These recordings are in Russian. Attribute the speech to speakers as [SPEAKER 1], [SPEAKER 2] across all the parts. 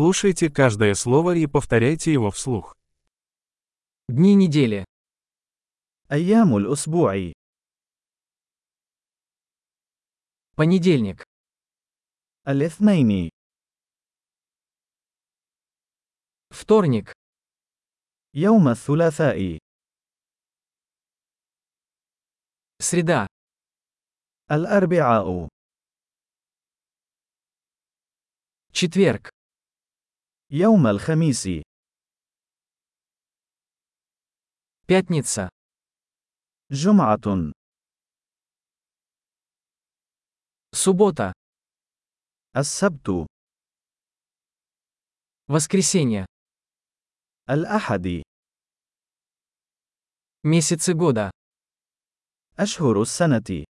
[SPEAKER 1] Слушайте каждое слово и повторяйте его вслух.
[SPEAKER 2] Дни недели.
[SPEAKER 3] أيام الأسبوع
[SPEAKER 2] Понедельник.
[SPEAKER 3] الاثنين
[SPEAKER 2] Вторник.
[SPEAKER 3] يوم الثلاثاء
[SPEAKER 2] Среда.
[SPEAKER 3] الأربعاء
[SPEAKER 2] Четверг.
[SPEAKER 3] يوم الخميس
[SPEAKER 2] Пятница.
[SPEAKER 3] جمعة
[SPEAKER 2] Суббота.
[SPEAKER 3] السبت
[SPEAKER 2] Воскресенье.
[SPEAKER 3] الأحد
[SPEAKER 2] Месяцы года.
[SPEAKER 3] أشهر السنة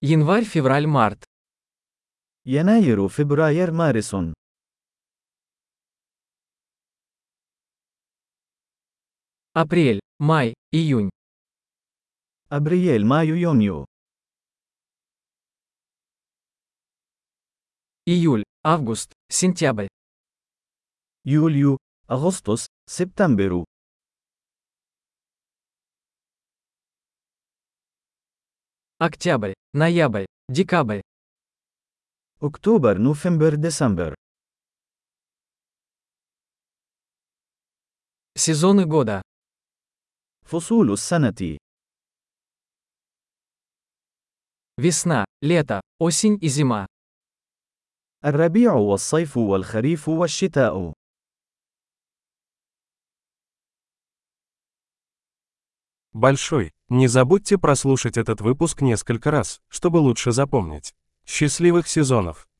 [SPEAKER 2] Январь, февраль, март.
[SPEAKER 3] يناير فبراير مارس
[SPEAKER 2] Апрель, май, июнь.
[SPEAKER 3] أبريل مايو يونيو
[SPEAKER 2] Июль, август, сентябрь.
[SPEAKER 3] يوليو أغسطس سبتمبر
[SPEAKER 2] Октябрь, ноябрь, декабрь.
[SPEAKER 3] أكتوبر نوفمبر ديسمبر
[SPEAKER 2] Сезоны года.
[SPEAKER 3] فصول السنة
[SPEAKER 2] Весна, лето, осень и зима.
[SPEAKER 3] الربيع والصيف والخريف والشتاء
[SPEAKER 1] Большой. Не забудьте прослушать этот выпуск несколько раз, чтобы лучше запомнить. Счастливых сезонов!